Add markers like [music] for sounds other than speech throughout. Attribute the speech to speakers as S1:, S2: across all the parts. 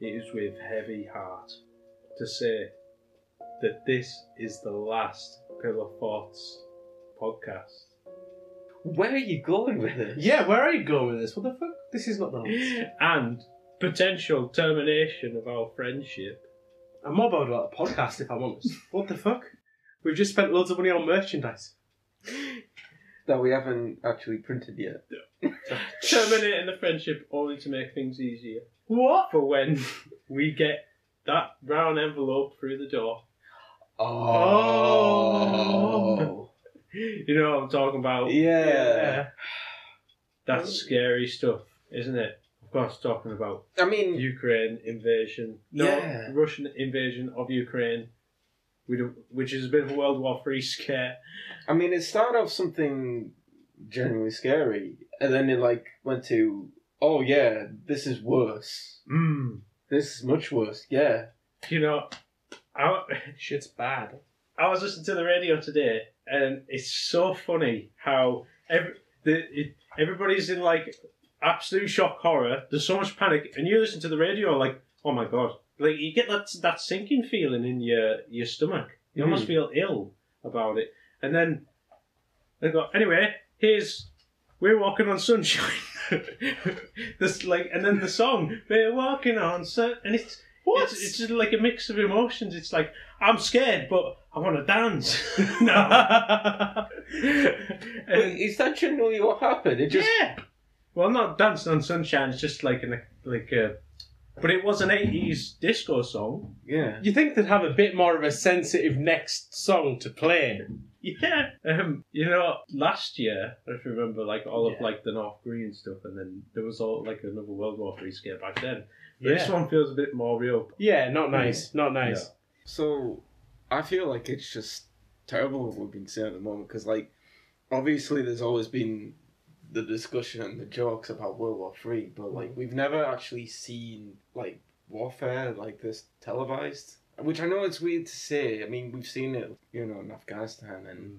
S1: it is with heavy heart to say that this is the last Pillar Thoughts podcast.
S2: Where are you going with it?
S3: Yeah, where are you going with this? What the fuck? This is not nice.
S1: And potential termination of our friendship.
S3: I'm more bothered about the podcast, if I'm honest. What the fuck? We've just spent loads of money on merchandise.
S2: That we haven't actually printed yet.
S1: Terminating the friendship only to make things easier
S3: What?
S1: for when we get that brown envelope through the door.
S3: Oh.
S1: You know what I'm talking about?
S2: Yeah.
S1: That's scary stuff, isn't it? Of course, talking about
S2: I mean,
S1: Ukraine invasion, no
S2: Yeah.
S1: Russian invasion of Ukraine, we don't- which is a bit of a World War Three scare.
S2: I mean, it started off something genuinely scary, and then it like went to, oh yeah, this is worse.
S1: Mm.
S2: This is much worse. Yeah.
S1: You know, I
S3: Shit's bad.
S1: I was listening to the radio today, and it's so funny how every, the, it, everybody's in like absolute shock horror. There's so much panic, and you listen to the radio like, oh my god, like you get that that sinking feeling in your your stomach. You almost feel ill about it, and then they go anyway. Here's we're walking on sunshine. [laughs] this like, and then the song we're walking on sun, and it's.
S3: What?
S1: It's, it's just like a mix of emotions. It's like I'm scared, but I want to dance. [laughs] no.
S2: Wait,
S1: And-
S2: is that genuinely what happened? It just
S1: yeah. Well, not dancing on sunshine. It's just like an like a. But it was an '80s disco song.
S2: yeah.
S3: You think they'd have a bit more of a sensitive next song to play?
S1: Yeah. Um. You know, last year, if you remember, like all of
S3: Yeah.
S1: like the North Korean stuff, and then there was all like another World War Three scare back then. But This one feels a bit more real.
S3: Yeah, not nice. Not nice.
S2: So, I feel like it's just terrible what we've been saying at the moment because, like, obviously there's always been the discussion and the jokes about World War Three, but like we've never actually seen like warfare like this televised. Which I know it's weird to say. I mean, we've seen it, you know, in Afghanistan and
S1: Mm.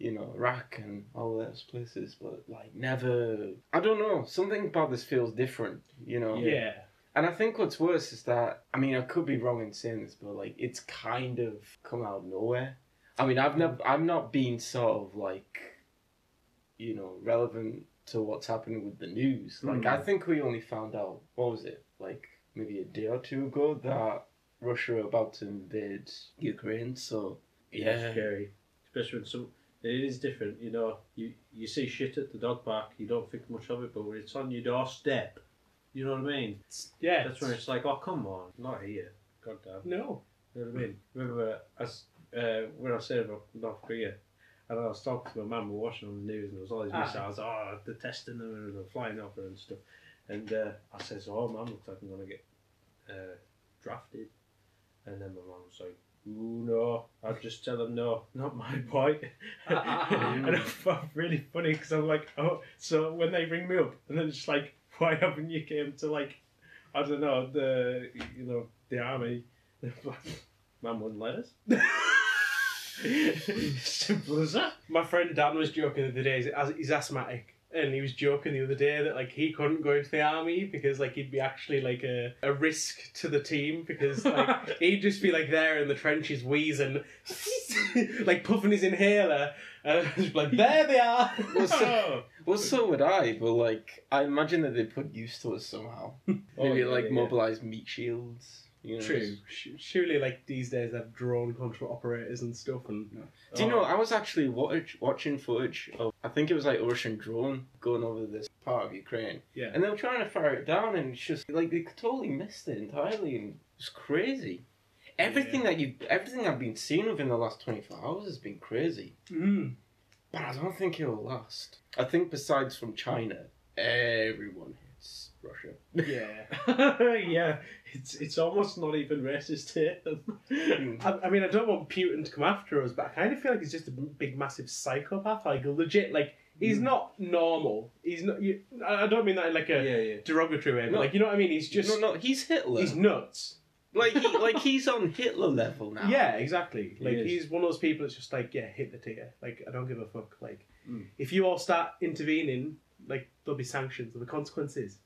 S2: you know, Iraq and all those places, but like never. I don't know. Something about this feels different, you know.
S3: Yeah.
S2: And I think what's worse is that I mean I could be wrong in saying this, but like it's kind of come out of nowhere. I mean I've never I've not been sort of like, you know, relevant to what's happening with the news. Like I
S1: Hmm.
S2: think we only found out what was it like maybe a day or two ago that Russia are about to invade Ukraine. So
S1: It's
S2: yeah,
S1: scary, especially when some. It is different, you know. You you see shit at the dog park, you don't think much of it, but when it's on your doorstep, you know what I mean.
S3: Yeah.
S1: That's when it's like, oh come on, not here, goddamn.
S3: No.
S1: You know what I mean? Remember as uh, when I was saying about North Korea, and I was talking to my mum, we were watching on the news, and there was all these
S3: Ah.
S1: missiles, oh, they're testing them and they're flying over and stuff. And uh, I says, oh, mum, looks like I'm going to get uh, drafted. And then my mum was like, ooh, no, I'll just tell them no, not my
S2: [laughs]
S1: boy. and I felt really funny because I'm like, oh, so when they ring me up, and then it's like, [laughs] why haven't you came to like, I don't know, the, you know, the army? [laughs] Mum wouldn't let us. [laughs]
S3: [laughs]
S1: Simple as that.
S3: My friend Dan was joking the other day. he's- He's asthmatic, and he was joking the other day that like he couldn't go into the army because like he'd be actually like a, a risk to the team
S2: [laughs]
S3: because [laughs] like he'd just be like there in the trenches wheezing, [laughs] like puffing his inhaler, and [laughs] just be like there they are.
S2: Well,
S3: [laughs]
S2: so-
S1: Oh.
S2: Well, so would I, but like I imagine that they put used to it somehow. Maybe
S1: Oh, yeah,
S2: like
S1: yeah, yeah.
S2: mobilize meat shields. You know,
S3: True. Sh- Surely, like these days, they have drone control operators and stuff, and
S2: Do you know?
S3: Oh.
S2: I was actually watch, watching footage of I think it was like a Russian drone going over this part of Ukraine,
S3: yeah.
S2: and they were trying to fire it down, and it's just like they totally missed it entirely, and it's crazy. Everything that you, everything I've been seeing within the last twenty four hours has been crazy,
S3: Mm.
S2: but I don't think it'll last. I think besides from China, everyone hates Russia.
S3: Yeah.
S1: Oh. [laughs] yeah, it's it's almost not even racist here. [laughs]
S3: I, I mean, I don't want Putin to come after us, but I kind of feel like he's just a b- big, massive psychopath. Like legit, like he's
S2: Hmm.
S3: not normal. He's not. You, I I don't mean that in like a
S1: yeah.
S3: derogatory way, but
S2: No.
S3: like you know what I mean. [laughs] He's just
S2: no, no, he's Hitler.
S3: he's nuts.
S2: like he, like he's on Hitler level now.
S3: Yeah, exactly. Like
S1: is.
S3: he's one of those people that's just like, yeah, hit the tier. Like I don't give a fuck. Like
S1: Mm.
S2: Hmm.
S3: if you all start intervening, like there'll be sanctions, there'll be consequences.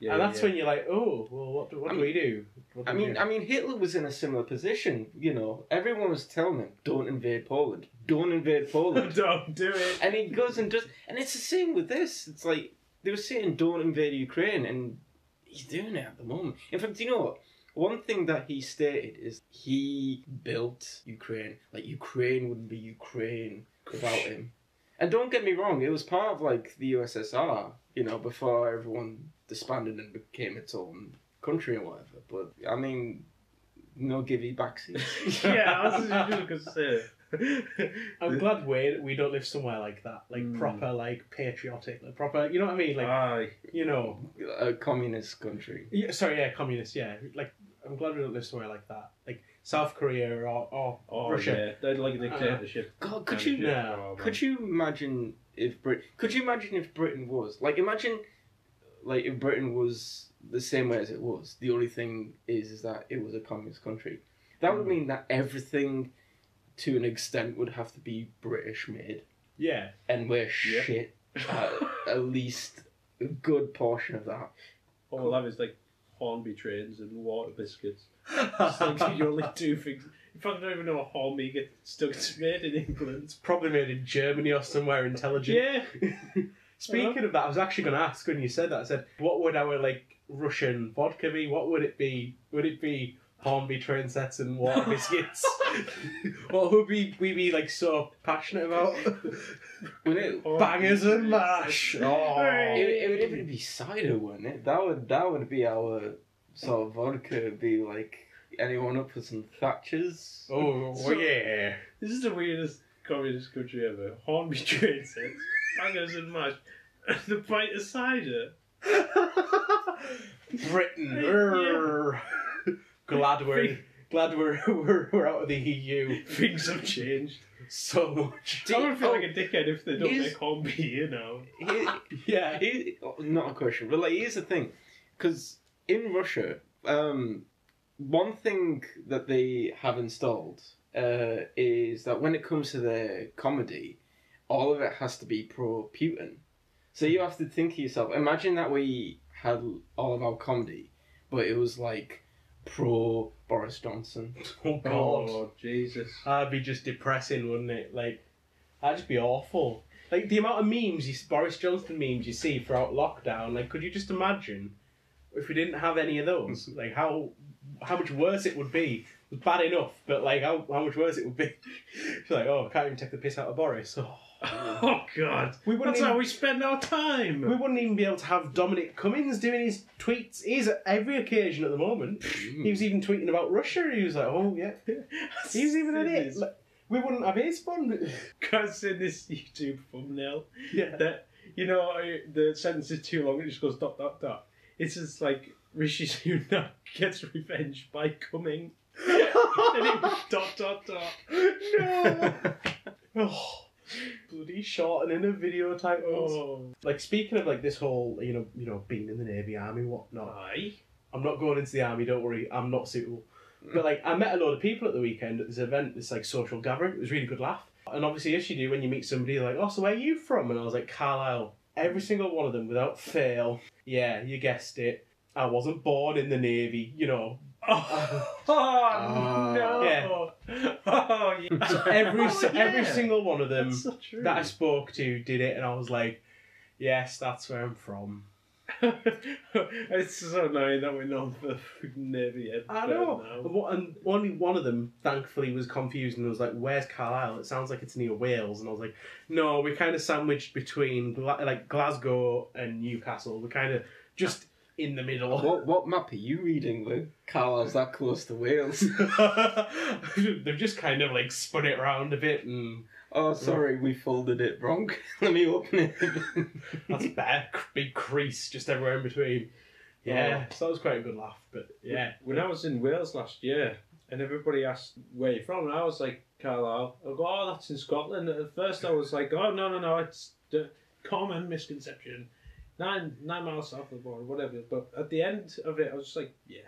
S1: Yeah,
S3: and that's
S1: yeah.
S3: when you're like, oh, well, what do, what
S2: I
S3: do we do? What
S2: I
S3: do we [laughs]
S2: mean,
S3: do?
S2: I mean, Hitler was in a similar position. You know, everyone was telling him, "Don't invade Poland. Don't invade
S3: [laughs]
S2: Poland."
S1: Don't do it.
S2: and he goes and does. And it's the same with this. It's like they were saying, "Don't invade Ukraine," and he's doing it at the moment. In fact, you know what? One thing that he stated is he built Ukraine. Like Ukraine wouldn't be Ukraine without him. And don't get me wrong, it was part of like the USSR, you know, before everyone disbanded and became its own country or whatever. But I mean, no givey
S1: [laughs]
S2: backseat.
S1: yeah, that's what you was gonna say.
S3: I'm glad we we don't live somewhere like that, like
S1: Mm.
S3: proper, like patriotic, like proper. You know what I mean? Like
S1: Aye.
S3: you know,
S2: [laughs] A communist country.
S3: yeah, sorry, yeah, communist, yeah. Like I'm glad we don't live somewhere like that, like South Korea or or,
S1: Oh,
S3: Russia.
S1: yeah. They'd like a dictatorship.
S2: God, could you
S3: Yeah.
S1: Oh, man.
S2: Could you imagine if Brit? Could you imagine if Britain was like imagine, like if Britain was the same way as it was? The only thing is, is that it was a communist country. That
S1: Hmm.
S2: would mean that everything, to an extent, would have to be British made,
S3: Yeah,
S2: and we're
S1: Yeah.
S2: shit at at least a good portion of that.
S1: All we'll have is like Hornby trains and water biscuits. [laughs] It's like you only do things. In fact, I don't even know what Hornby gets still gets made in England.
S3: probably made in Germany or somewhere intelligent.
S1: Yeah.
S3: Speaking of that, I was actually going to ask when you said that. I said, what would our like Russian vodka be? What would it be? Would it be Hornby train sets and water
S1: [laughs]
S3: biscuits? [laughs] what would we we be like so passionate about?
S1: [laughs]
S2: Wouldn't it?
S3: Bangers
S1: Oh,
S3: and mash.
S2: It,
S3: Oh.
S2: it would even be cider, wouldn't it? That would that would be our sort of vodka. It'd be like anyone up for some Thatchers.
S3: Oh
S1: So-
S3: yeah.
S1: This is the weirdest communist country ever. Hornby train sets, bangers and mash, [laughs] and the pint of cider.
S3: Britain.
S1: Yeah.
S3: err. glad we're glad we're, [laughs] we're we're out of the EU
S1: Things have changed.
S3: so much.
S1: I would feel
S2: Oh,
S1: like a dickhead if they don't
S2: is-
S1: make Hornby here now.
S2: Here-
S3: Yeah.
S2: here- oh, not a question, but like here's the thing, because in Russia, um, one thing that they have installed uh, is that when it comes to their comedy, all of it has to be pro Putin. So you have to think to yourself. Imagine that we had all of our comedy, but it was like pro Boris Johnson.
S3: Oh god.
S1: Oh, Jesus.
S3: That'd be just depressing, wouldn't it? Like, that'd just be awful. Like the amount of memes, you, Boris Johnson memes you see throughout lockdown. Like, could you just imagine if we didn't have any
S1: [laughs]
S3: of those? Like how how much worse it would be. It was bad enough, but like how, how much worse it would be. [laughs] It's like, oh, I can't even take the piss out of Boris. Oh.
S1: [laughs] Oh, God.
S3: We wouldn't
S1: That's
S3: even-
S1: how we spend our time. [laughs]
S3: [laughs] We wouldn't even be able to have Dominic Cummings doing his tweets. He's at every occasion at the
S1: [laughs]
S3: moment. He was even tweeting about Russia. He was like, oh yeah, he's even at it. Like, we wouldn't have his [laughs] fun.
S1: Can't see this YouTube thumbnail.
S3: yeah.
S1: That you know I- the sentence is too long. It just goes dot dot dot. It's just like Rishi Sunak [laughs] gets revenge by coming. and it was dot dot dot.
S3: no. [laughs] oh, bloody shot and in a video titles.
S1: Oh,
S3: Like speaking of like this whole, you know, you know, being in the navy, army, whatnot.
S1: aye.
S3: I'm not going into the army. Don't worry, I'm not suitable. But like, I met a lot of people at the weekend at this event, this like social gathering. It was a really good laugh. And obviously, as you do when you meet somebody, you're like, oh, so where are you from? And I was like, Carlisle. Every single one of them, without fail. Yeah, you guessed it. I wasn't born in the navy. You know,
S1: Oh,
S2: Ah.
S1: no. [laughs] Oh, yeah.
S3: [laughs]
S1: [laughs]
S3: every
S1: Oh,
S3: every
S1: yeah.
S3: single one of them.
S1: That's so true.
S3: that I spoke to did it, and I was like, "Yes, that's where I'm from."
S1: [laughs] it's so annoying that we're not the fucking Navy yet.
S3: I know. And, what, and only one of them, thankfully, was confused and was like, "Where's Carlisle? It sounds like it's near Wales." And I was like, "No, we're kind of sandwiched between Gla- like Glasgow and Newcastle. We're kind of just in the middle."
S2: Hmm. What what map are you reading, Lou? Carlisle's that close to Wales.
S3: [laughs] They've just kind of like spun it around a bit, and
S2: Oh, sorry, we folded it wrong. [laughs] Let me open it.
S3: that's better. Big crease just everywhere in between. Yeah, so that was quite a good laugh, but yeah.
S1: When I was in Wales last year, and everybody asked where you're from, and I was like Carlisle. I go, oh, that's in Scotland. And at first, I was like, oh no no no, it's the common misconception. Nine nine miles south of the border, whatever. But at the end of it, I was just like, yeah,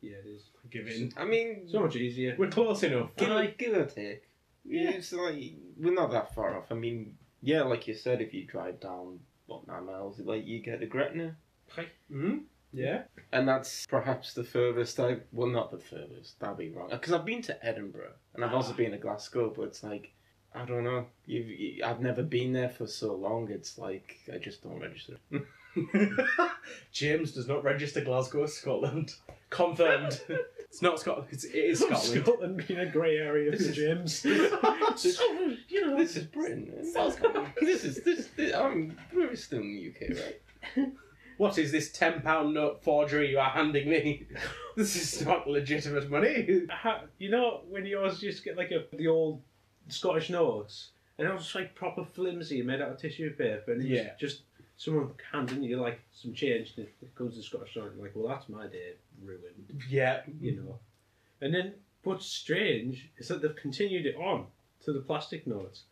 S1: yeah, it is
S3: give in.
S2: I mean,
S1: so much easier.
S3: We're close enough.
S2: give,
S1: I-
S2: give or take.
S3: Yeah.
S2: It's like we're not that far off. I mean, yeah, like you said, if you drive down what nine miles, like you get to Gretna.
S3: Mm-hmm.
S2: and that's perhaps the furthest I well not the furthest that'd be wrong because I've been to Edinburgh and I've also been to Glasgow but it's like I don't know you've, you I've never been there for so long it's like I just don't register
S3: James does not register Glasgow as Scotland. [laughs] Confirmed. it's not Scotland. It's,
S1: [laughs]
S3: it is Scotland.
S1: Scotland being a grey area for
S2: This
S1: [laughs]
S2: is-
S1: James.
S2: this,
S1: So, you know,
S2: this is Britain man.
S4: Sounds good.
S2: this is this, this I'm we're still in the UK right
S3: What is this ten pound note forgery you are handing me? [laughs] this is not legitimate money. [laughs]
S1: ha- you know when you always just get like a, the old Scottish notes, and it was just like proper flimsy, made out of tissue paper, and it
S3: Yeah.
S1: was just someone handing you like some change, and it comes to Scottish note, and you're like, well, that's my day ruined,
S3: Yeah.
S1: you know. And then what's strange is that they've continued it on to the plastic notes.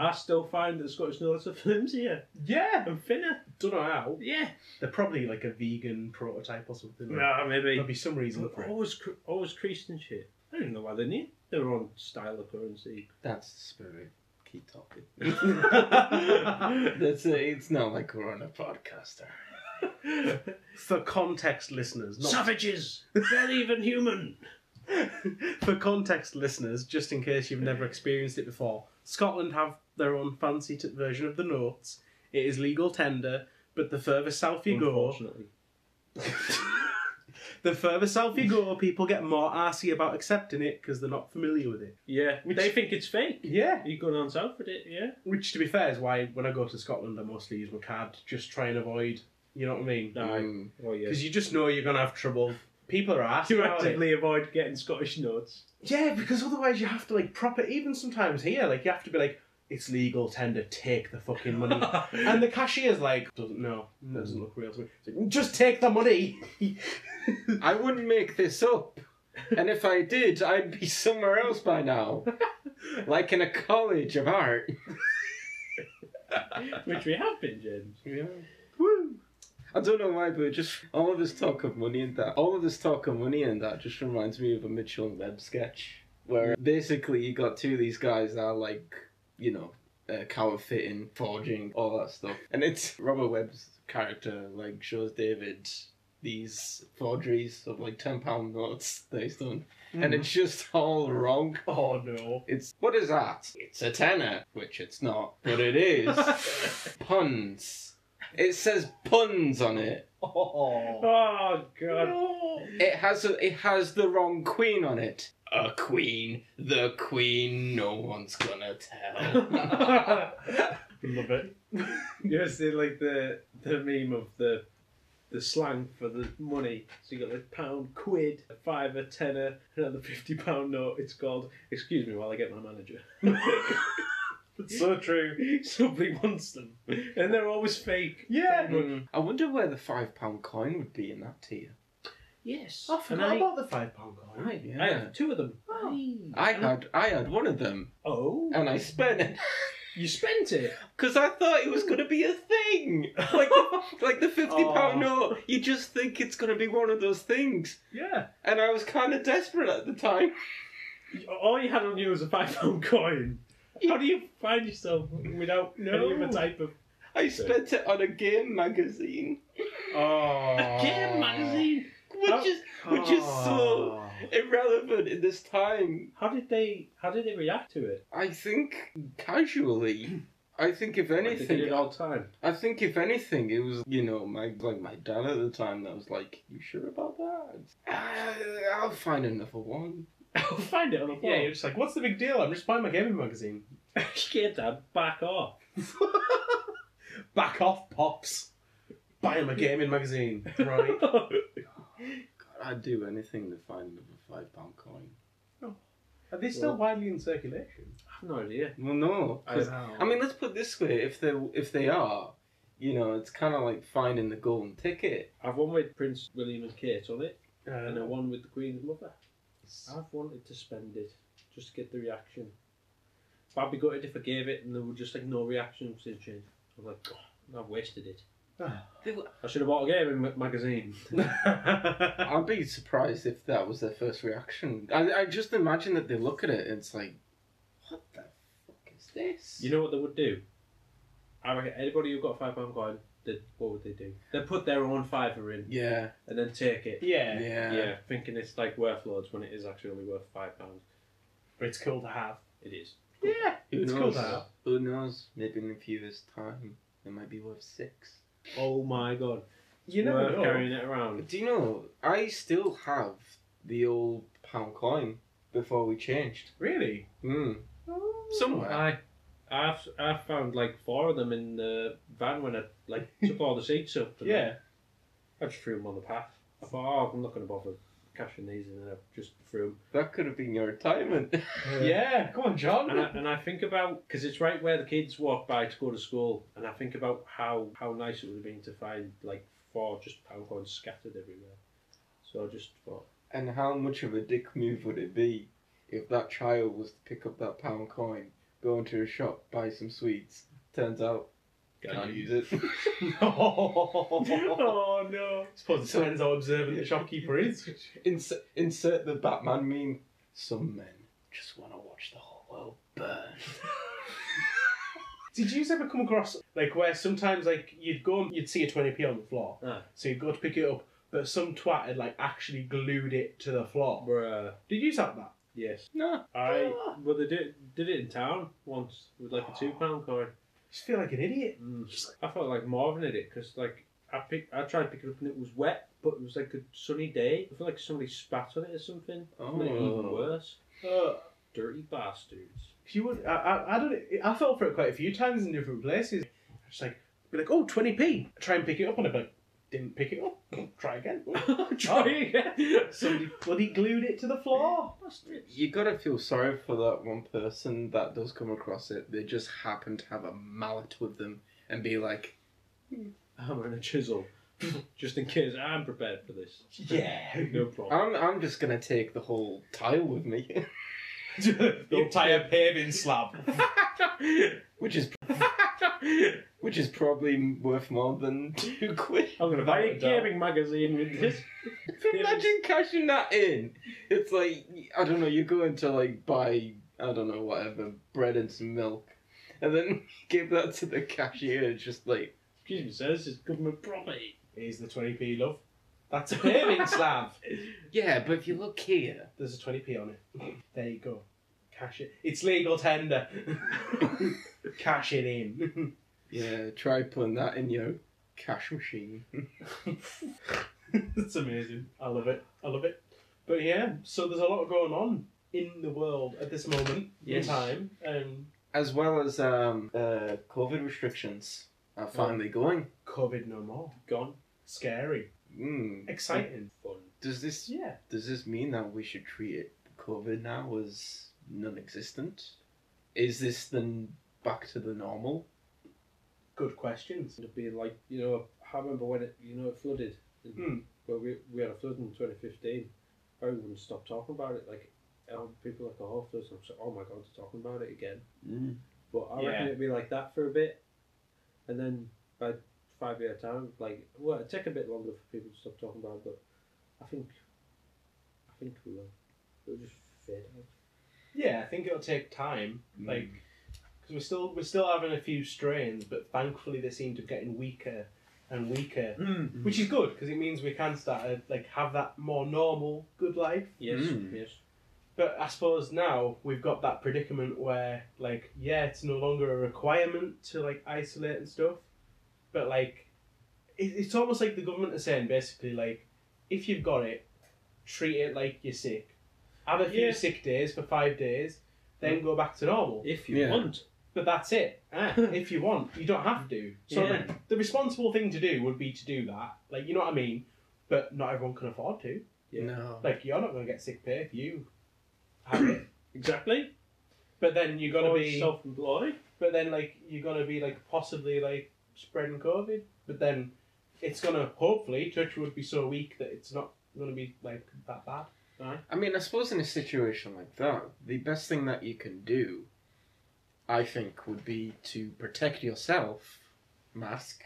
S1: I still find that the Scottish notes are [laughs] flimsier
S3: Yeah.
S1: and thinner.
S3: Don't know how.
S1: Yeah.
S3: They're probably like a vegan prototype or something.
S1: Nah, maybe.
S3: There'll be some reason for it.
S1: Always, cre- always creased and shit. I don't know why they need their own style of currency. [laughs]
S2: that's the spirit keep talking [laughs]
S3: it's
S2: that's it it's not like we're on a podcaster
S3: [laughs] for context listeners, not
S1: Savages! They're even [laughs] human!
S3: [laughs] for context listeners, just in case you've never experienced it before, Scotland have their own fancy t- version of the notes. It is legal tender, but the further south you go,
S1: Unfortunately.
S3: [laughs] the further south you go, people get more arsy about accepting it because they're not familiar with it.
S1: Yeah,
S3: Which-
S1: they think it's fake.
S3: Yeah.
S1: You're going on south with it, yeah?
S3: Which, to be fair, is why when I go to Scotland, I mostly use my card to just try and avoid. You know what I mean?
S2: Mm.
S1: Oh, yeah. [laughs]
S3: Because you just know you're gonna have trouble. People are arsy
S1: You
S3: about it.
S1: actively avoid getting Scottish [laughs] notes.
S3: Yeah, because otherwise you have to like proper. Even sometimes here, like you have to be like, it's legal tender, take the fucking [laughs] money. and the cashier's like, doesn't know, doesn't look real to me. It's like, just take the money.
S2: [laughs]
S3: [laughs]
S2: I wouldn't make this up. And if I did, I'd be somewhere else by [laughs] now. like in a college of art.
S1: Which we have been, James.
S2: Yeah. Woo. I don't know why, but just all of this talk of money and that, all of this talk of money and that just reminds me of a Mitchell and Webb sketch where basically you got two of these guys that are like, you know, uh, counterfeiting, forging, all that stuff. And it's Robert Webb's character, like, shows David these forgeries of like £10 notes that he's done. And it's just all wrong.
S3: Oh no.
S2: It's what is that? It's a tenner, which it's not, but it is puns. It says puns on it.
S3: Oh.
S1: Oh, [laughs] God.
S3: No.
S2: It has a, it has the wrong queen on it. A queen, the queen. No one's
S1: [laughs]
S2: gonna tell.
S3: Love it.
S1: You ever see, like, the, the meme of the the slang for the money? So you got the pound, quid, a five, a tenner, another £50 note. It's called, excuse me while I get my [laughs] manager.
S3: It's so
S1: [laughs]
S3: true.
S1: Somebody wants them. And they're always fake.
S3: Yeah.
S2: Hmm, I wonder where the five pound coin would be in that tier.
S1: Yes.
S3: I
S1: And Oh.
S3: forgot about the five pound coin.
S2: Right,
S1: I have two of them.
S2: I had I had one of them
S1: Oh,
S2: and I spent it
S1: you spent it.
S2: because I thought it was gonna be a thing, like the, like the fifty pound
S3: Aw.
S2: note. You just think it's gonna be one of those things.
S3: Yeah.
S2: and I was kind of desperate at the time.
S1: All you had on you was a five pound coin. How do you find yourself without any other type of
S2: I spent it on a game magazine,
S3: Oh.
S1: game magazine?
S2: which is which is so irrelevant in this time.
S1: How did they? How did they react to it?
S2: I think casually. I think if
S1: Like, they did
S2: anything,
S1: it all the time.
S2: I think if anything, it was you know my like my dad at the time that was like, "You sure about that? Uh, I'll find another one."
S1: [laughs] I'll find it on the
S3: Yeah,
S1: [laughs]
S3: you're
S1: floor.
S3: just like, what's the big deal? I'm just buying my gaming magazine.
S1: Yeah, Get that back off.
S3: Back off, pops. Buy him a gaming magazine,
S1: [laughs]
S3: right?
S2: God, I'd do anything to find another five pound coin.
S3: [laughs] Are they
S1: still
S3: still widely in circulation?
S1: I have no idea.
S2: Well, no, 'cause I mean, let's put it this way: if they if they are, you know, it's kind of like finding the golden ticket.
S1: I've one with Prince William and Kate on it, and a
S3: uh,
S1: one with the Queen's mother. I've wanted to spend it just to get the reaction. But I'd be gutted if I gave it and there was just like no reaction since change. I'm like, oh, I've wasted it.
S3: [sighs]
S1: I should have bought a gaming ma- magazine.
S2: I'd be surprised if that was their first reaction. I, I just imagine that they look at it and it's like, what the fuck is this?
S1: You know what they would do? I reckon anybody who got a five pound coin, that what would they do? They put their own fiver in
S2: Yeah,
S1: and then take it.
S3: [laughs] Yeah,
S2: yeah,
S1: yeah, thinking it's like worth loads when it is actually only worth five pounds.
S3: but it's cool to have.
S1: It is.
S3: Yeah,
S2: Who
S3: it's cool
S2: knows?
S3: to have.
S2: Who knows? Maybe in a few years' time, it might be worth six.
S1: Oh my god!
S3: You never
S1: worth
S3: know.
S1: carrying it around.
S2: Do you know? I still have the old pound coin before we changed.
S3: Really?
S2: Hmm. Somewhere.
S1: I, I've I found like four of them in the van when I like took all the seats up. and
S3: Yeah.
S1: I just threw them on the path. I thought, oh, I'm not going to bother cashing these, in, and then I just threw them.
S2: That could have been your retirement. [laughs]
S3: Yeah, come on, John. [laughs]
S1: And I, and I think about because it's right where the kids walk by to go to school, and I think about how how nice it would have been to find like four just pound coins scattered everywhere. So I just thought, [laughs]
S2: and how much of a dick move would it be if that child was to pick up that pound coin, go into a shop, buy some sweets? Turns out, can't use it.
S1: [laughs]
S2: [laughs]
S3: oh no. suppose it depends how observant the [laughs] shopkeeper is.
S2: insert, insert the Batman meme. Some men just want to watch the whole world burn.
S3: Did you ever come across like where sometimes like you'd go and you'd see a twenty p on the floor,
S1: Ah.
S3: so you'd go to pick it up, but some twat had like actually glued it to the floor.
S1: bruh,
S3: Did you have that?
S1: uh, yes.
S2: No.
S1: I well they did did it in town once with like a two pound coin.
S3: Just feel like an idiot.
S1: Mm. I felt like Marvin did it because like I picked, I tried to pick it up and it was wet, but it was like a sunny day. I feel like somebody spat on it or something. Oh. Even
S2: Oh.
S1: worse,
S3: Uh,
S1: dirty [laughs] bastards.
S3: you would. I, I, I don't. I fell for it quite a few times in different places. Just like be like, oh, 20 p. Try and pick it up, and I'd be like, didn't pick it up. [laughs] Try again.
S1: Try again.
S3: Somebody bloody glued it to the floor.
S2: You gotta feel sorry for that one person that does come across it. They just happen to have a mallet with them and be like,
S1: hammer and a chisel, [laughs] just in case I'm prepared for this.
S3: Yeah.
S1: [laughs] No problem.
S2: I'm, I'm just gonna take the whole tile with me.
S3: [laughs]
S2: [laughs]
S3: the entire paving slab.
S2: which is which is probably worth more than [laughs] two quid.
S1: I'm gonna buy a
S3: Without a doubt.
S1: gaming magazine with this.
S2: Imagine cashing that in. It's like I don't know. You're going to like buy I don't know whatever bread and some milk, and then [laughs] give that to the cashier. It's just like
S1: Excuse me, sir. This is government property.
S3: Here's the 20p, love. That's a paving slab.
S2: yeah, but if you look here,
S3: There's a 20p on it. There you go. Cash it. It's legal tender. [laughs] Cash it in. [laughs]
S2: yeah, try putting that in your cash machine.
S3: [laughs] That's amazing. I love it. I love it. But yeah, so there's a lot going on in the world at this moment
S1: Yes.
S3: in time. Um,
S2: as well as um, uh, COVID restrictions are finally going.
S3: COVID no more.
S1: Gone.
S3: Scary.
S2: Mm.
S3: Exciting.
S1: Fun.
S2: Does this
S3: Yeah.
S2: does this mean that we should treat it COVID now as non-existent? Is this then back to the normal?
S3: Good questions.
S1: It'd be like you know. I remember when it you know it flooded. And
S3: Hmm.
S1: Well, we we had a flood in 2015. I wouldn't stop talking about it. Like um, people like oh floods. I'm so, oh my god, they're talking about it again.
S2: Mm.
S1: But I reckon
S3: Yeah.
S1: it'd be like that for a bit, and then by five year time, like well, it'd take a bit longer for people to stop talking about. it, But I think, I think we will. It'll just fade out.
S3: Yeah, I think it'll take time.
S2: Mm.
S3: Like, because we're still we're still having a few strains, but thankfully they seem to be getting weaker and weaker, which is good because it means we can start to like have that more normal good life.
S1: Yes,
S2: Mm.
S1: yes.
S3: But I suppose now we've got that predicament where like yeah, it's no longer a requirement to like isolate and stuff, but like it, it's almost like the government is saying basically like if you've got it, treat it like you're sick. Have a few
S1: Yeah. Mm.
S3: sick days for five days, then go back to normal.
S1: If you
S2: Yeah.
S1: want,
S3: But that's it. Ah,
S1: [laughs]
S3: if you want, you don't have to. So
S1: Yeah.
S3: like, the responsible thing to do would be to do that. Like you know what I mean. But not everyone can afford to.
S1: Yeah.
S2: No.
S3: Like you're not going to get sick pay if you have it.
S1: exactly.
S3: But then you're going
S1: Or
S3: to be.
S1: self-employed.
S3: But then like you're going to be like possibly like spreading COVID. But then it's going to hopefully touch wood be so weak that it's not going to be like that bad.
S2: I mean, I suppose in a situation like that, the best thing that you can do, I think, would be to protect yourself, mask,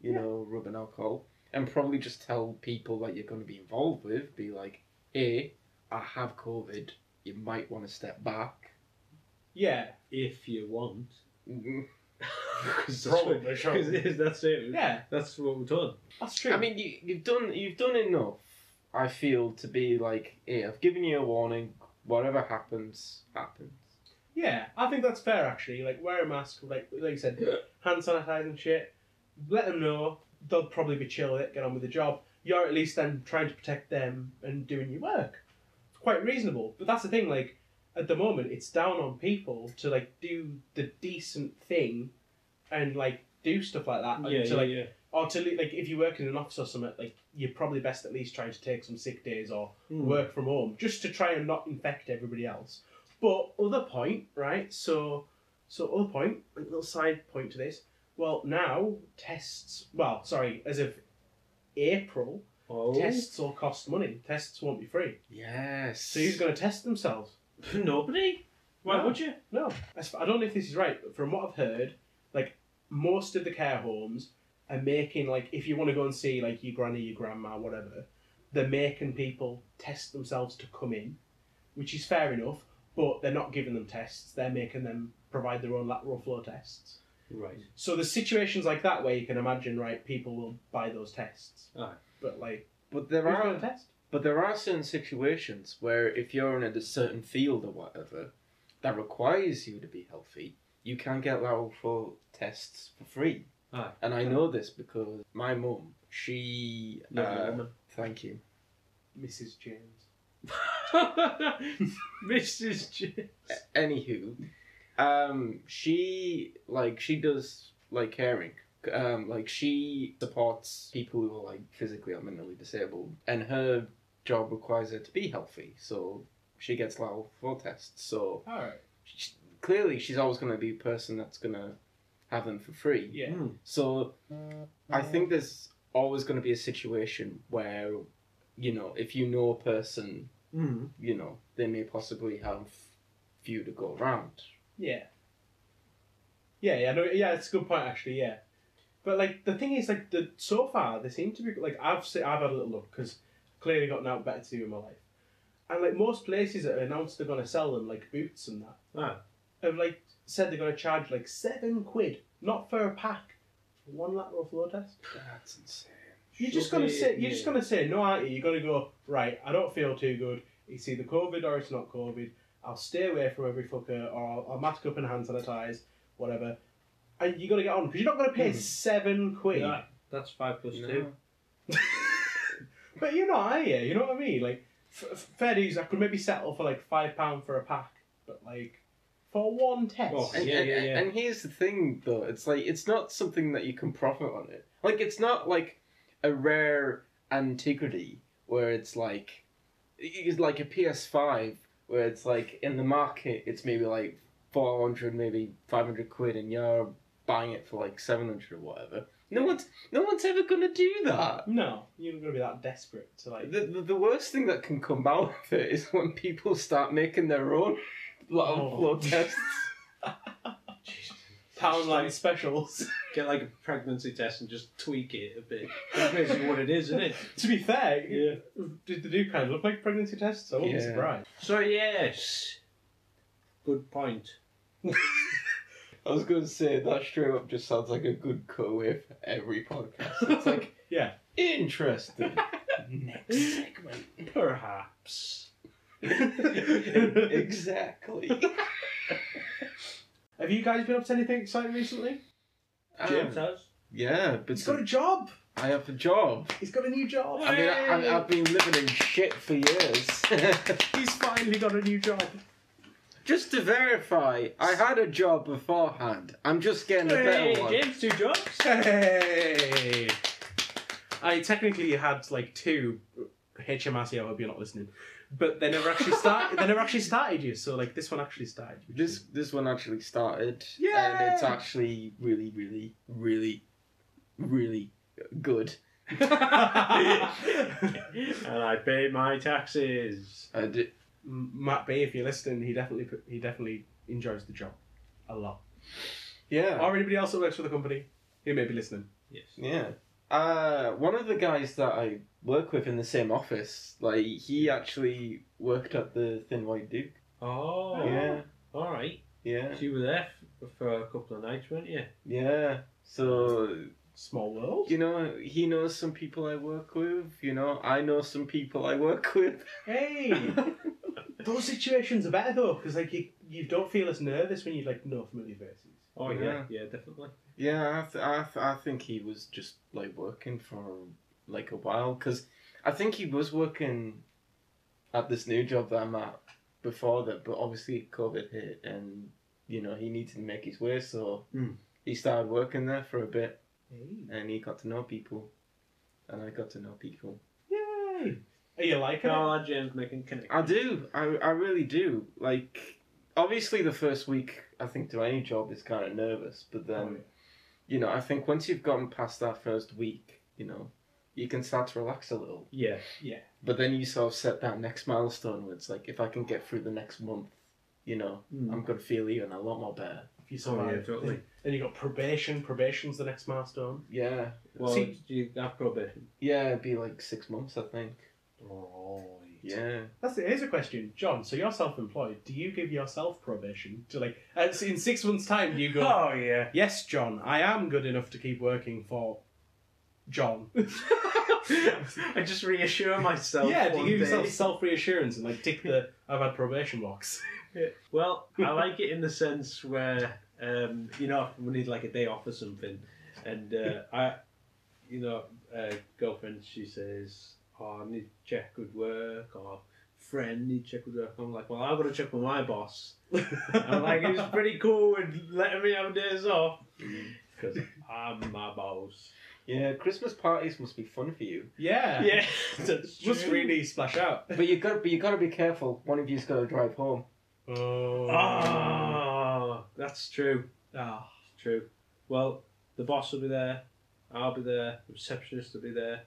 S2: you know, rub and alcohol, and probably just tell people that you're going to be involved with, be like, hey, I have COVID. You might want to step back.
S3: Yeah.
S1: If you want. [laughs]
S2: Mm.
S1: Because that's,
S3: Roll
S1: what-
S3: the show.
S1: 'cause it is- that's it.
S3: Yeah,
S1: That's what we've done.
S3: that's true.
S2: I mean, you, you've done you've done enough. I feel to be like, hey, I've given you a warning. Whatever happens, happens.
S3: yeah, I think that's fair actually. Like wear a mask, like like you said, hand sanitize and shit. Let them know. They'll probably be chill with it. Get on with the job. You're at least then trying to protect them and doing your work. It's quite reasonable. But that's the thing. Like at the moment, it's down on people to like do the decent thing, and like do stuff like that. and
S1: Yeah,
S3: to
S1: yeah,
S3: like
S1: yeah.
S3: or to le- like if you work in an office or something, like you're probably best at least trying to take some sick days or
S1: Hmm.
S3: work from home just to try and not infect everybody else. But other point, right? So, so other point, like little side point to this. Well, now tests. Well, sorry, as of April,
S1: Oh.
S3: tests will cost money. Tests won't be free.
S2: Yes.
S3: So who's going to test themselves?
S1: oh. [laughs] Nobody? Why
S3: No.
S1: would you?
S3: No, As- I don't know if this is right, but from what I've heard, like most of the care homes are making like if you want to go and see like your granny, your grandma, whatever, they're making people test themselves to come in, which is fair enough. But they're not giving them tests; they're making them provide their own lateral flow tests.
S1: Right.
S3: So there's situations like that where you can imagine, right? People will buy those tests,
S1: Aye.
S3: but like
S2: But there
S3: who's
S2: are
S3: going to test?
S2: But there are certain situations where if you're in a certain field or whatever that requires you to be healthy, you can get lateral flow tests for free.
S1: Aye.
S2: And I know this because my mum, she.
S1: Lovely
S2: uh,
S1: woman.
S2: thank you.
S3: Mrs. James.
S1: [laughs] Mrs. J.
S2: Anywho, um, she like she does like caring. Um, like she supports people who are like physically or mentally disabled, and her job requires her to be healthy, so she gets lateral flow tests. So
S3: All right.
S2: she, clearly she's always going to be a person that's going to have them for free.
S3: Yeah.
S1: Mm.
S2: So I think there's always going to be a situation where, you know, if you know a person,
S1: Mm.
S2: you know, they may possibly have few to go around.
S3: Yeah. Yeah, yeah, no, yeah. It's a good point, actually. Yeah, but like the thing is, like the so far they seem to be like I've se- I've had a little look because clearly got now better to do in my life, and like most places that announced they're gonna sell them like boots and that
S1: Ah.
S3: have like said they're gonna charge like seven quid, not for a pack, for one lateral flow test.
S2: That's insane.
S3: You're just
S1: Should
S3: gonna
S1: be-
S3: say you're
S1: yeah.
S3: just gonna say no, aren't you? You're gonna go right. I don't feel too good. It's either COVID or it's not COVID. I'll stay away from every fucker, or I'll, I'll mask up and hand sanitize, whatever. And you gotta get on because you're not gonna pay
S1: Hmm.
S2: Mhm.
S3: seven quid. [laughs]
S1: Yeah, that's five plus two.
S3: But you're not, are you? You know what I mean? Like, f- f- fair dues. I could maybe settle for like five pound for a pack, but like for one test.
S1: Oh,
S2: And,
S1: Yeah,
S2: and,
S1: yeah, yeah.
S2: and here's the thing, though. It's like it's not something that you can profit on it. Like it's not like a rare antiquity where it's like it's like a PS5 where it's like in the market it's maybe like 400 maybe 500 quid and you're buying it for like 700 or whatever. No one's no one's ever going to do that.
S3: No, you're not gonna be that desperate to like.
S2: The, the, the worst thing that can come out of it is when people start making their own little
S3: Oh.
S2: flow tests.
S1: Jeez.
S3: Poundland specials. [laughs]
S1: Get like a pregnancy test and just tweak it a [laughs] bit. That's basically what it is, isn't it?
S3: to be fair,
S1: Yeah.
S3: did they do kind of look like pregnancy tests? I wasn't
S2: Yeah.
S3: surprised.
S1: So yes, good point.
S2: I was going to say that straight up just sounds like a good co-wave for every podcast.
S3: [laughs]
S2: It's like
S1: [laughs]
S3: Yeah.
S2: interesting. Next segment.
S1: Perhaps.
S3: [laughs]
S2: exactly.
S3: Have you guys been up to anything exciting recently?
S2: Um, yeah, but
S3: He's got a job.
S2: I have a job.
S3: He's got a new job.
S2: I mean, I, I, I've been living in shit for years. [laughs]
S3: He's finally got a new job.
S2: just to verify, I had a job beforehand. I'm just getting a better one.
S1: James, two jobs.
S3: Hey! I technically had like two HMRC. I hope you're not listening, but they never actually [laughs] started. they never actually started you. So like this one actually started you.
S2: This this one actually started, and
S3: Yay!
S2: it's actually really, really, really, really good.
S3: [laughs]
S1: and I pay my taxes.
S2: I did.
S3: M- Matt B, if you're listening, he definitely put- he definitely enjoys the job a lot.
S2: Yeah.
S3: Or anybody else that works for the company, he may be listening.
S1: Yes.
S2: Yeah. Uh, one of the guys that I work with in the same office, like he actually worked at the Thin White Duke.
S1: Oh.
S2: Yeah,
S1: All right.
S2: yeah.
S1: So you were there f- for a couple of nights, weren't you?
S2: Yeah. So
S4: Small world.
S2: you know, he knows some people I work with. You know, I know some people I work with.
S3: Hey, those situations are better though, because like you, you don't feel as nervous when you like know familiar faces.
S1: Oh yeah, yeah, definitely.
S2: Yeah, I, th- I, th- I think he was just like working for like a while because I think he was working at this new job that I'm at before that, but obviously COVID hit and you know he needed to make his way, so
S1: Hmm.
S2: he started working there for a bit
S3: Hey,
S2: and he got to know people, and I got to know people.
S3: yay! Are you liking it?
S1: Carl and James making
S2: I
S1: connections.
S2: do, I, I really do. Like, obviously, the first week I think to any job is kind of nervous, but then.
S3: Oh, yeah.
S2: you know, I think once you've gotten past that first week, you know, you can start to relax a little.
S1: Yeah,
S2: But then you sort of set that next milestone where it's like, if I can get through the next month, you know,
S1: Mm.
S2: I'm going to feel even a lot more better.
S3: If you survive,
S1: yeah, totally.
S3: then, then you got probation. Probation's the next milestone.
S2: Yeah.
S1: well,
S3: See-
S1: you have probation.
S2: Yeah, it'd be like six months, I think.
S4: Right.
S2: Yeah.
S3: That's here's a question, John. So you're self-employed. Do you give yourself probation to like uh, so in six months' time? Do you go?
S1: [laughs] Oh yeah.
S3: Yes, John. I am good enough to keep working for John.
S1: I just reassure myself.
S3: yeah, do
S1: one
S3: you give
S1: day.
S3: yourself self reassurance and like tick the I've had probation
S1: [laughs]
S3: box?
S1: Well, I like it in the sense where um, you know we need like a day off or something, and uh, I, you know, uh, girlfriend she says, "Oh, I need to check with work," or "Friend need to check with work." I'm like, "Well, I've got to check with my boss." I'm like, "It was [laughs] pretty cool with letting me have days off because Mm-hmm. I'm my boss."
S2: Yeah, Christmas parties must be fun for you.
S3: yeah.
S1: Yeah, [laughs] that's true.
S3: Must really splash out.
S2: But you got to, but you got to be careful. One of you's got to drive home.
S3: Oh.
S1: Ah, that's true.
S3: Ah.
S1: True. Well, the boss will be there. I'll be there. The receptionist will be there.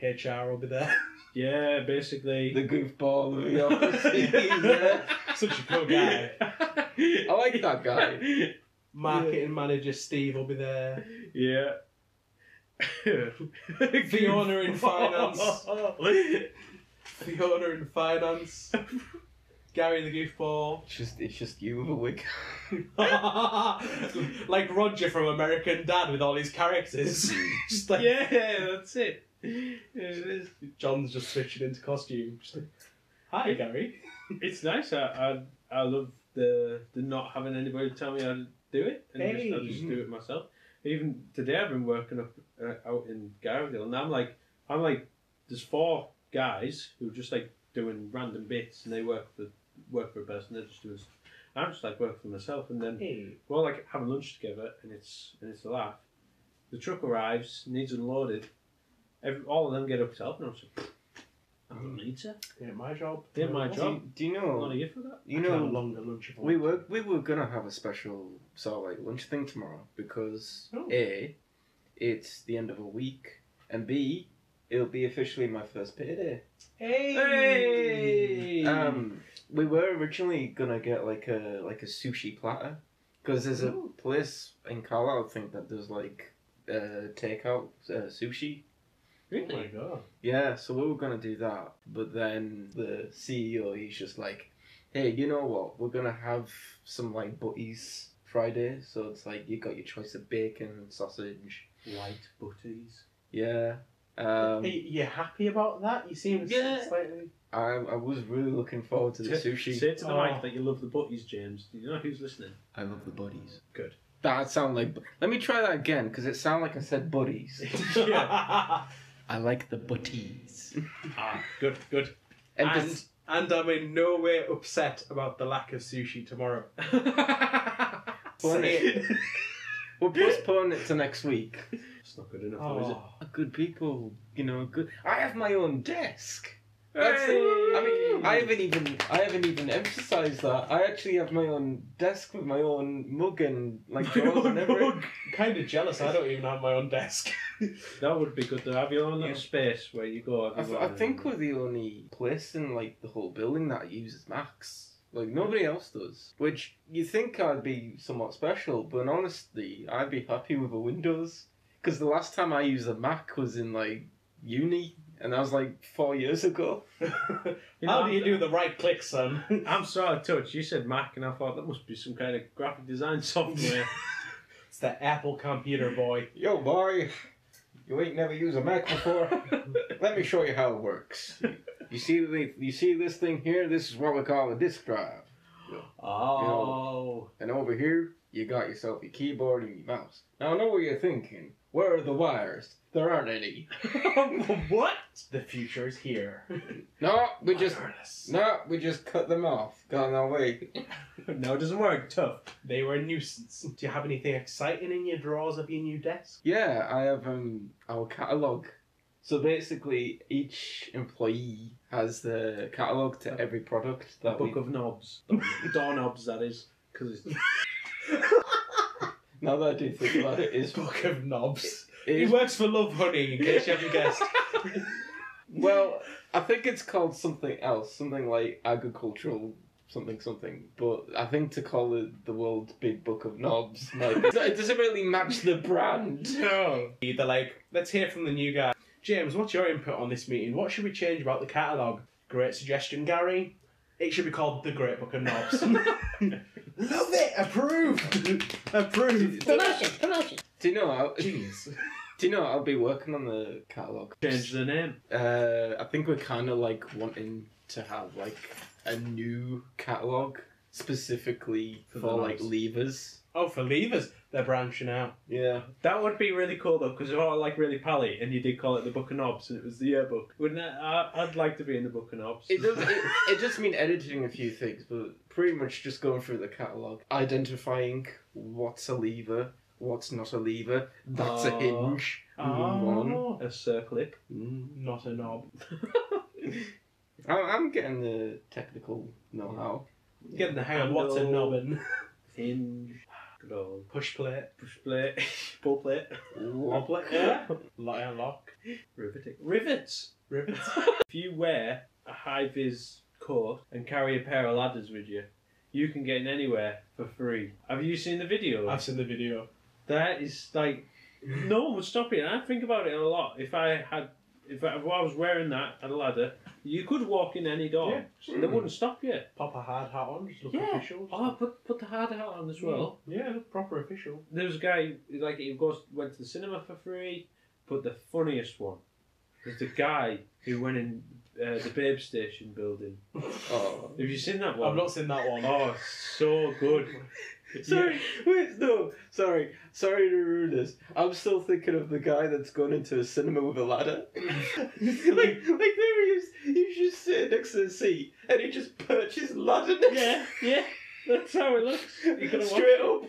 S3: HR will be there.
S1: [laughs] Yeah, basically.
S2: The goofball of the
S3: [laughs]
S2: office. yeah.
S3: Such a
S1: [laughs]
S3: cool guy.
S2: I like that guy.
S3: Marketing manager Steve will be there.
S1: Yeah.
S3: Fiona in finance. Fiona in finance. [laughs] Gary the goofball. [laughs]
S2: It's just, it's just you with a wig.
S3: like Roger from American Dad with all his characters. [laughs] just like
S1: [laughs] yeah, that's it. It is.
S3: John's just switching into costume. Just like, hi Gary.
S1: It's nice. I, I I love the the not having anybody tell me how to do it, and just, I
S3: Hey.
S1: just do it myself. Even today, I've been working up uh, out in Garrydale, and I'm like, I'm like, there's four guys who are just like doing random bits, and they work for work for a person. They're just doing. stuff. I'm just like working for myself, and then
S3: Hey.
S1: we're all like having lunch together, and it's and it's a laugh. The truck arrives, needs unloaded. Every, all of them get up to help, and I'm just like, I don't need to.
S3: Yeah, my job.
S1: Yeah, my
S2: Do you,
S1: job.
S2: do you
S1: I'm not
S2: know?
S1: here for that.
S2: You
S3: No
S2: know,
S3: longer lunch. if I
S2: we
S3: want.
S2: were we were gonna have a special sort of like lunch thing tomorrow because
S3: Oh.
S2: a, it's the end of a week, and b, it'll be officially my first payday.
S3: Hey.
S1: Hmm.
S2: Um, we were originally gonna get like a like a sushi platter because there's a
S3: Ooh.
S2: place in Carlisle I think that does like uh, takeout uh, sushi.
S3: Oh my god.
S2: Yeah, so we were gonna do that, but then the CEO he's just like, "Hey, you know what? We're gonna have some like butties Friday, so it's like you got your choice of bacon and sausage."
S1: White butties.
S2: Yeah, um,
S3: Hey, you happy about that? You seem
S2: Yeah.
S3: [laughs] slightly.
S2: I I was really looking forward to the sushi.
S1: Say to the
S3: Oh.
S1: mic that you love the butties, James. Do you know who's listening?
S2: I love the buddies.
S1: Good.
S2: That sound like. Let me try that again because it sounded like I said buddies. I like the [laughs] butties.
S1: Ah, good, good.
S3: and and I'm in no way upset about the lack of sushi tomorrow. [laughs]
S2: Funny. we'll postpone it to next week.
S1: It's not good enough, though, is it?
S3: Oh.
S2: good people, you know, good. I have my own desk. That's
S1: Hey!
S2: I mean, I haven't even I haven't even emphasized that. I actually have my own desk with my own mug and like drawers and everything.
S3: Kind of jealous. I don't even have my own [laughs] desk.
S1: That would be good to have your own little
S2: Yeah.
S1: space where you go.
S2: I, th-
S1: everywhere
S2: I
S1: and-
S2: think we're the only place in like the whole building that uses Macs. Like nobody else does. Which you think I'd be somewhat special, but honestly, I'd be happy with a Windows. Because the last time I used a Mac was in like uni and that was like four years ago.
S1: You know,
S3: How do you
S1: I'm-
S3: do the right click, son? [laughs]
S1: I'm sort of touched. You said Mac, and I thought that must be some kind of graphic design [laughs] software.
S3: it's the Apple computer, boy.
S2: Yo, boy, you ain't never used a Mac before. Let me show you how it works. You see, the, you see this thing here. This is what we call a disk drive.
S3: Oh.
S2: And over here, you got yourself your keyboard and your mouse. Now I know what you're thinking. Where are the wires? There aren't any.
S3: [laughs] what? The future is here.
S2: No, we just
S3: Wireless.
S2: no, we just cut them off. Gone our way.
S1: no, it doesn't work. Tough.
S3: They were a nuisance. Do you have anything exciting in your drawers of your new desk?
S2: Yeah, I have um our catalog. So basically, each employee has the catalog to every product that we.
S1: Book of knobs. Door knobs, that is. Because it's
S2: Now that I do think about it, is
S3: Book of knobs.
S2: it
S3: He
S2: is
S3: works for Love Honey, in case you
S1: [laughs]
S3: haven't guessed.
S2: Well, I think it's called something else, something like agricultural something something. But I think to call it the world's big book of knobs, like it doesn't really match the brand.
S1: [laughs] no.
S3: They're like, let's hear from the new guy. James, what's your input on this meeting? What should we change about the catalogue? Great suggestion, Gary. It should be called The Great Book
S1: [laughs]
S3: of Knobs. Love it! Approved! Approved!
S5: Promotion, promotion.
S2: Do you know? I'll, do
S3: Genius.
S2: you know? I'll be working on the catalog.
S1: Change the name.
S2: Uh, I think we're kind of like wanting to have like a new catalog specifically
S1: For
S2: for,
S1: the
S2: like
S1: knobs.
S2: levers.
S3: Oh, for levers, they're branching out.
S2: Yeah.
S1: That would be really cool though, because all like really pally, and you did call it the Book of Knobs, and it was the yearbook. Wouldn't it? I, I'd like to be in the Book of Knobs.
S2: It does.
S1: [laughs]
S2: It, it just mean editing a few things, but pretty much just going through the catalog, identifying what's a lever, what's not a lever. That's
S1: Oh.
S2: a hinge.
S1: Ah.
S2: Move on.
S3: Oh,
S1: A circlet.
S2: Mm.
S3: not a knob.
S2: I'm, I'm getting the technical know-how.
S3: Getting the hang of what's a
S1: Handle.
S3: knobbin.
S1: Hinge. Good old
S3: Push plate.
S1: push plate. [laughs] Pull plate.
S2: Lock-
S3: Lock. Yeah. Lock and lock.
S1: Riveting. Rivets.
S3: Rivets.
S1: If you wear a high vis coat and carry a pair of ladders with you, you can get in anywhere for free. Have you seen the video?
S3: I've seen the video.
S1: That is like no one would stop it. And I think about it a lot. If I had, if I, if I was wearing that at a ladder, you could walk in any door. They wouldn't stop you.
S3: Pop a hard hat on, just look
S1: Yeah.
S3: official.
S1: Oh, put put the hard hat on as well.
S3: Yeah, look proper official.
S1: There was a guy like he goes went to the cinema for free, but the funniest one was the guy who went in uh, the Babe Station building.
S3: [laughs]
S2: Oh.
S1: [laughs] Have you seen that one?
S3: I've not seen that one.
S1: Oh, it's so good.
S2: Sorry, [laughs] wait, no, sorry, sorry to ruin this. I'm still thinking of the guy that's gone into a cinema with a ladder.
S1: [laughs]
S2: [laughs] like, like there he is, he's just sitting next to the seat, and he just perches ladder next
S1: Yeah, yeah. That's how it looks. You gotta watch
S2: straight up.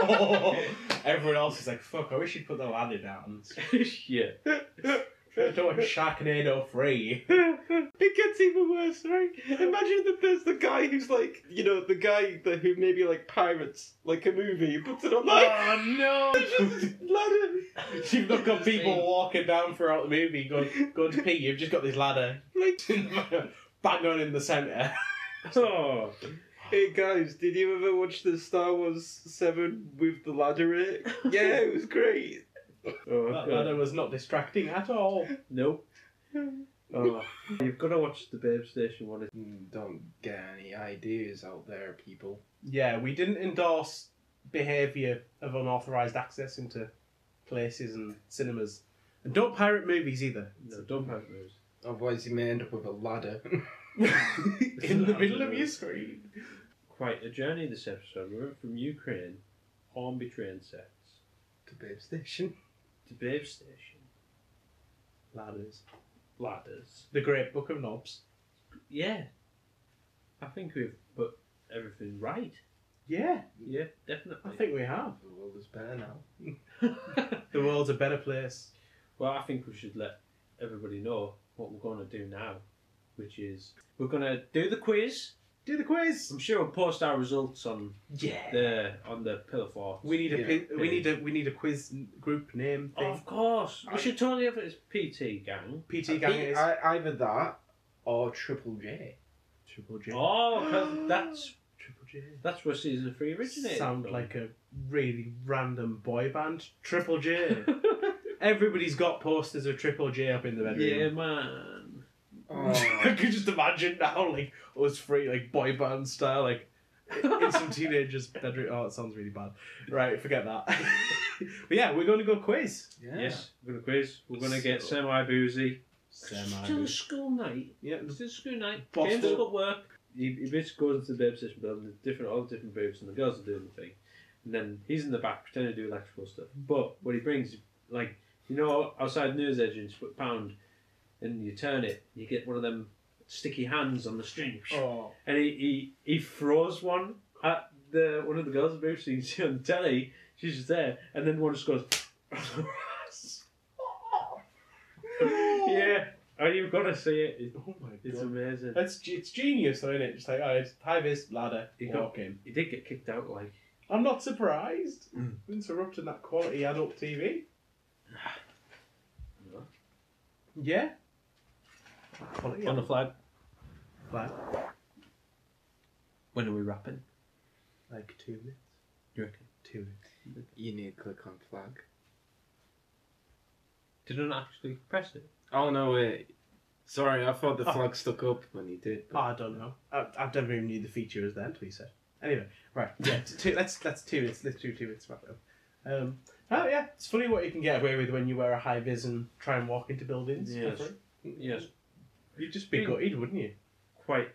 S3: [laughs] Everyone else is like, fuck, I wish you'd put the ladder down.
S1: [laughs] yeah.
S2: [laughs]
S3: I don't want Sharknado free.
S2: it gets even worse, right? Imagine that there's the guy who's like, you know, the guy that who maybe like pirates like a movie, he puts it on like
S1: no! [laughs]
S2: [laughs] ladder.
S3: [laughs] You've not got people walking down throughout the movie going, going to pee, you've just got this ladder
S2: Like,
S3: [laughs] bang on in the centre.
S1: Oh,
S2: hey guys, did you ever watch the Star Wars Seven with the ladder in [laughs] it? Yeah, it was great.
S1: oh
S3: That
S1: God.
S3: ladder was not distracting at all.
S1: Nope. Oh, you've got to watch the Babe Station one.
S2: Mm, Don't get any ideas out there, people.
S3: Yeah, we didn't endorse behaviour of unauthorised access into places and cinemas. And don't pirate movies either.
S1: No, don't have those.
S2: Otherwise, you may end up with a ladder. [laughs]
S3: [laughs] In the middle of your screen.
S1: Quite a journey this episode. We went from Ukraine, Hornby train sets,
S2: to Babe Station.
S1: to Babe Station,
S3: Ladders.
S1: ladders.
S3: The Great Book of Knobs.
S1: Yeah. I think we've put everything right.
S3: Yeah,
S1: Yeah,
S3: I
S1: definitely.
S3: think we have.
S2: The world is better now.
S3: The world's a better place.
S1: [laughs] Well, I think we should let everybody know what we're going to do now, which is we're going to do the quiz.
S3: Do the quiz.
S1: I'm sure we'll post our results on
S3: Yeah.
S1: the on the pillar fort.
S3: We need a
S2: Yeah.
S3: pi- we need a we need a quiz group name
S1: Oh,
S3: thing.
S1: of course, we should totally have it as PT gang.
S3: PT gang is
S2: I, either that or Triple J.
S3: Triple J.
S1: Oh, 'cause that's
S3: Triple J.
S1: that's where season [laughs] three originated.
S3: Sound
S1: from.
S3: [laughs] like a really random boy band. Triple J. everybody's got posters of Triple J up in the bedroom.
S1: Yeah, man.
S3: [laughs] I could just imagine now, like us three, like boy band style, like in [laughs] some teenager's bedroom. Oh, it sounds really bad. Right, forget that. [laughs] but yeah, we're going to go quiz.
S2: [laughs] yeah.
S1: Yes, we're gonna quiz. We're gonna get semi boozy. Still school night.
S3: Yeah,
S1: Still school night.
S3: Boss
S1: James
S3: do-
S1: has got work. He, he basically goes into the babe station building. There's different all the different babes, and the girls are doing the thing. And then he's in the back pretending to do electrical stuff. But what he brings, like you know, outside news agents put pound, and you turn it, you get one of them sticky hands on the string.
S3: Oh,
S1: and he, he he throws one at the one of the girls we've seen see [laughs] on telly. She's just there, and then one just goes. [laughs] yeah, oh, you've got to see it. It-
S3: oh my god,
S1: It's amazing.
S3: that's ge- it's genius, though, isn't it? Just like, alright, high vis ladder,
S1: You got-
S3: walk in.
S1: He did get kicked out. Like
S3: I'm not surprised.
S1: Mm.
S3: Interrupting that quality adult
S1: [sighs]
S3: TV.
S1: No.
S3: Yeah. Quality adult
S1: the flag.
S3: plan.
S1: When are we rapping?
S3: Like two minutes.
S1: You reckon?
S3: Two minutes.
S2: You need to click on flag.
S1: Did I not actually press it?
S2: Oh no wait. Sorry, I thought the
S3: Oh.
S2: flag stuck up when he did.
S3: Oh,
S2: but-
S3: I don't know. I, I've never even knew the feature was there until you said. Anyway, right. Yeah, t- two, let's, let's two minutes. Let's do two minutes. wrap it up. Um, oh, yeah. It's funny what you can get away with when you wear a high vis and try and walk into buildings.
S1: Yes.
S3: definitely.
S1: Yes.
S3: You'd just be
S1: Big-
S3: gutted, wouldn't you?
S1: Quite.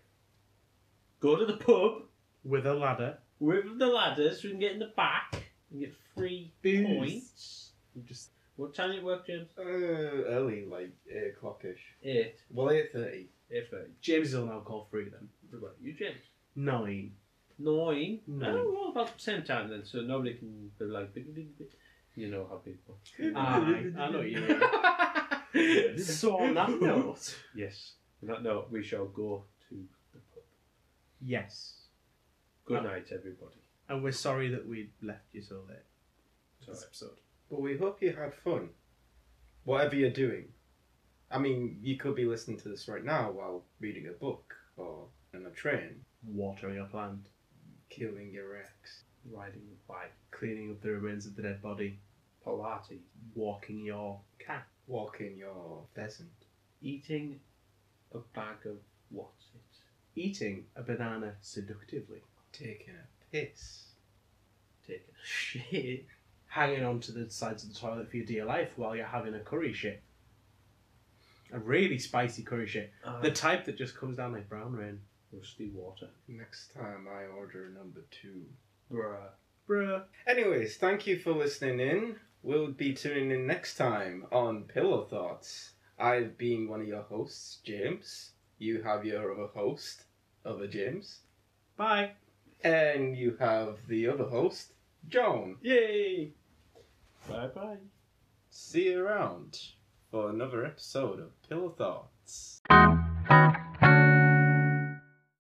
S1: Go to the pub
S3: With a ladder.
S1: with the ladders. We can get in the back and get three
S3: Booze.
S1: points.
S3: You just
S1: What time did it work, James?
S2: Uh, early, like eight o'clockish.
S1: Eight.
S2: Well, eight thirty.
S1: Eight thirty.
S3: James will now call three then.
S1: What about you, James?
S3: [laughs] Nine.
S1: Nine.
S3: Nine.
S1: Oh, well, about the same time then, so nobody can be like, "Big, big, big." you know how people. Ah,
S3: Aye, [laughs] I know what you mean. [laughs] so on that note,
S1: Yes. On that note, we shall go to the pub.
S3: yes,
S1: Good
S3: Oh.
S1: night, everybody.
S3: and we're sorry that we left you so late.
S1: It's
S3: for This
S1: alright.
S3: episode.
S2: But we hope you had fun. Whatever you're doing. I mean, you could be listening to this right now while reading a book or on a train,
S3: Water your plant,
S2: killing your ex.
S1: Riding a bike,
S3: cleaning up the remains of the dead body,
S1: Pilates,
S3: walking your cat.
S2: Walking your pheasant.
S1: eating a bag of what's it?
S3: Eating a banana seductively,
S2: Taking a piss.
S1: Taking a [laughs] shit.
S3: hanging onto the sides of the toilet for your dear life while you're having a curry shit, a really spicy curry shit,
S1: Uh,
S3: the type that just comes down like brown rain,
S1: rusty water.
S2: Next time I order number two.
S1: Bruh.
S3: bruh.
S2: Anyways, thank you for listening in. We'll be tuning in next time on Pillow Thoughts. I've been one of your hosts, James. You have your other host, other James.
S3: Bye.
S2: And you have the other host, John.
S1: Yay! Bye bye.
S2: See you around for another episode of Pillow Thoughts.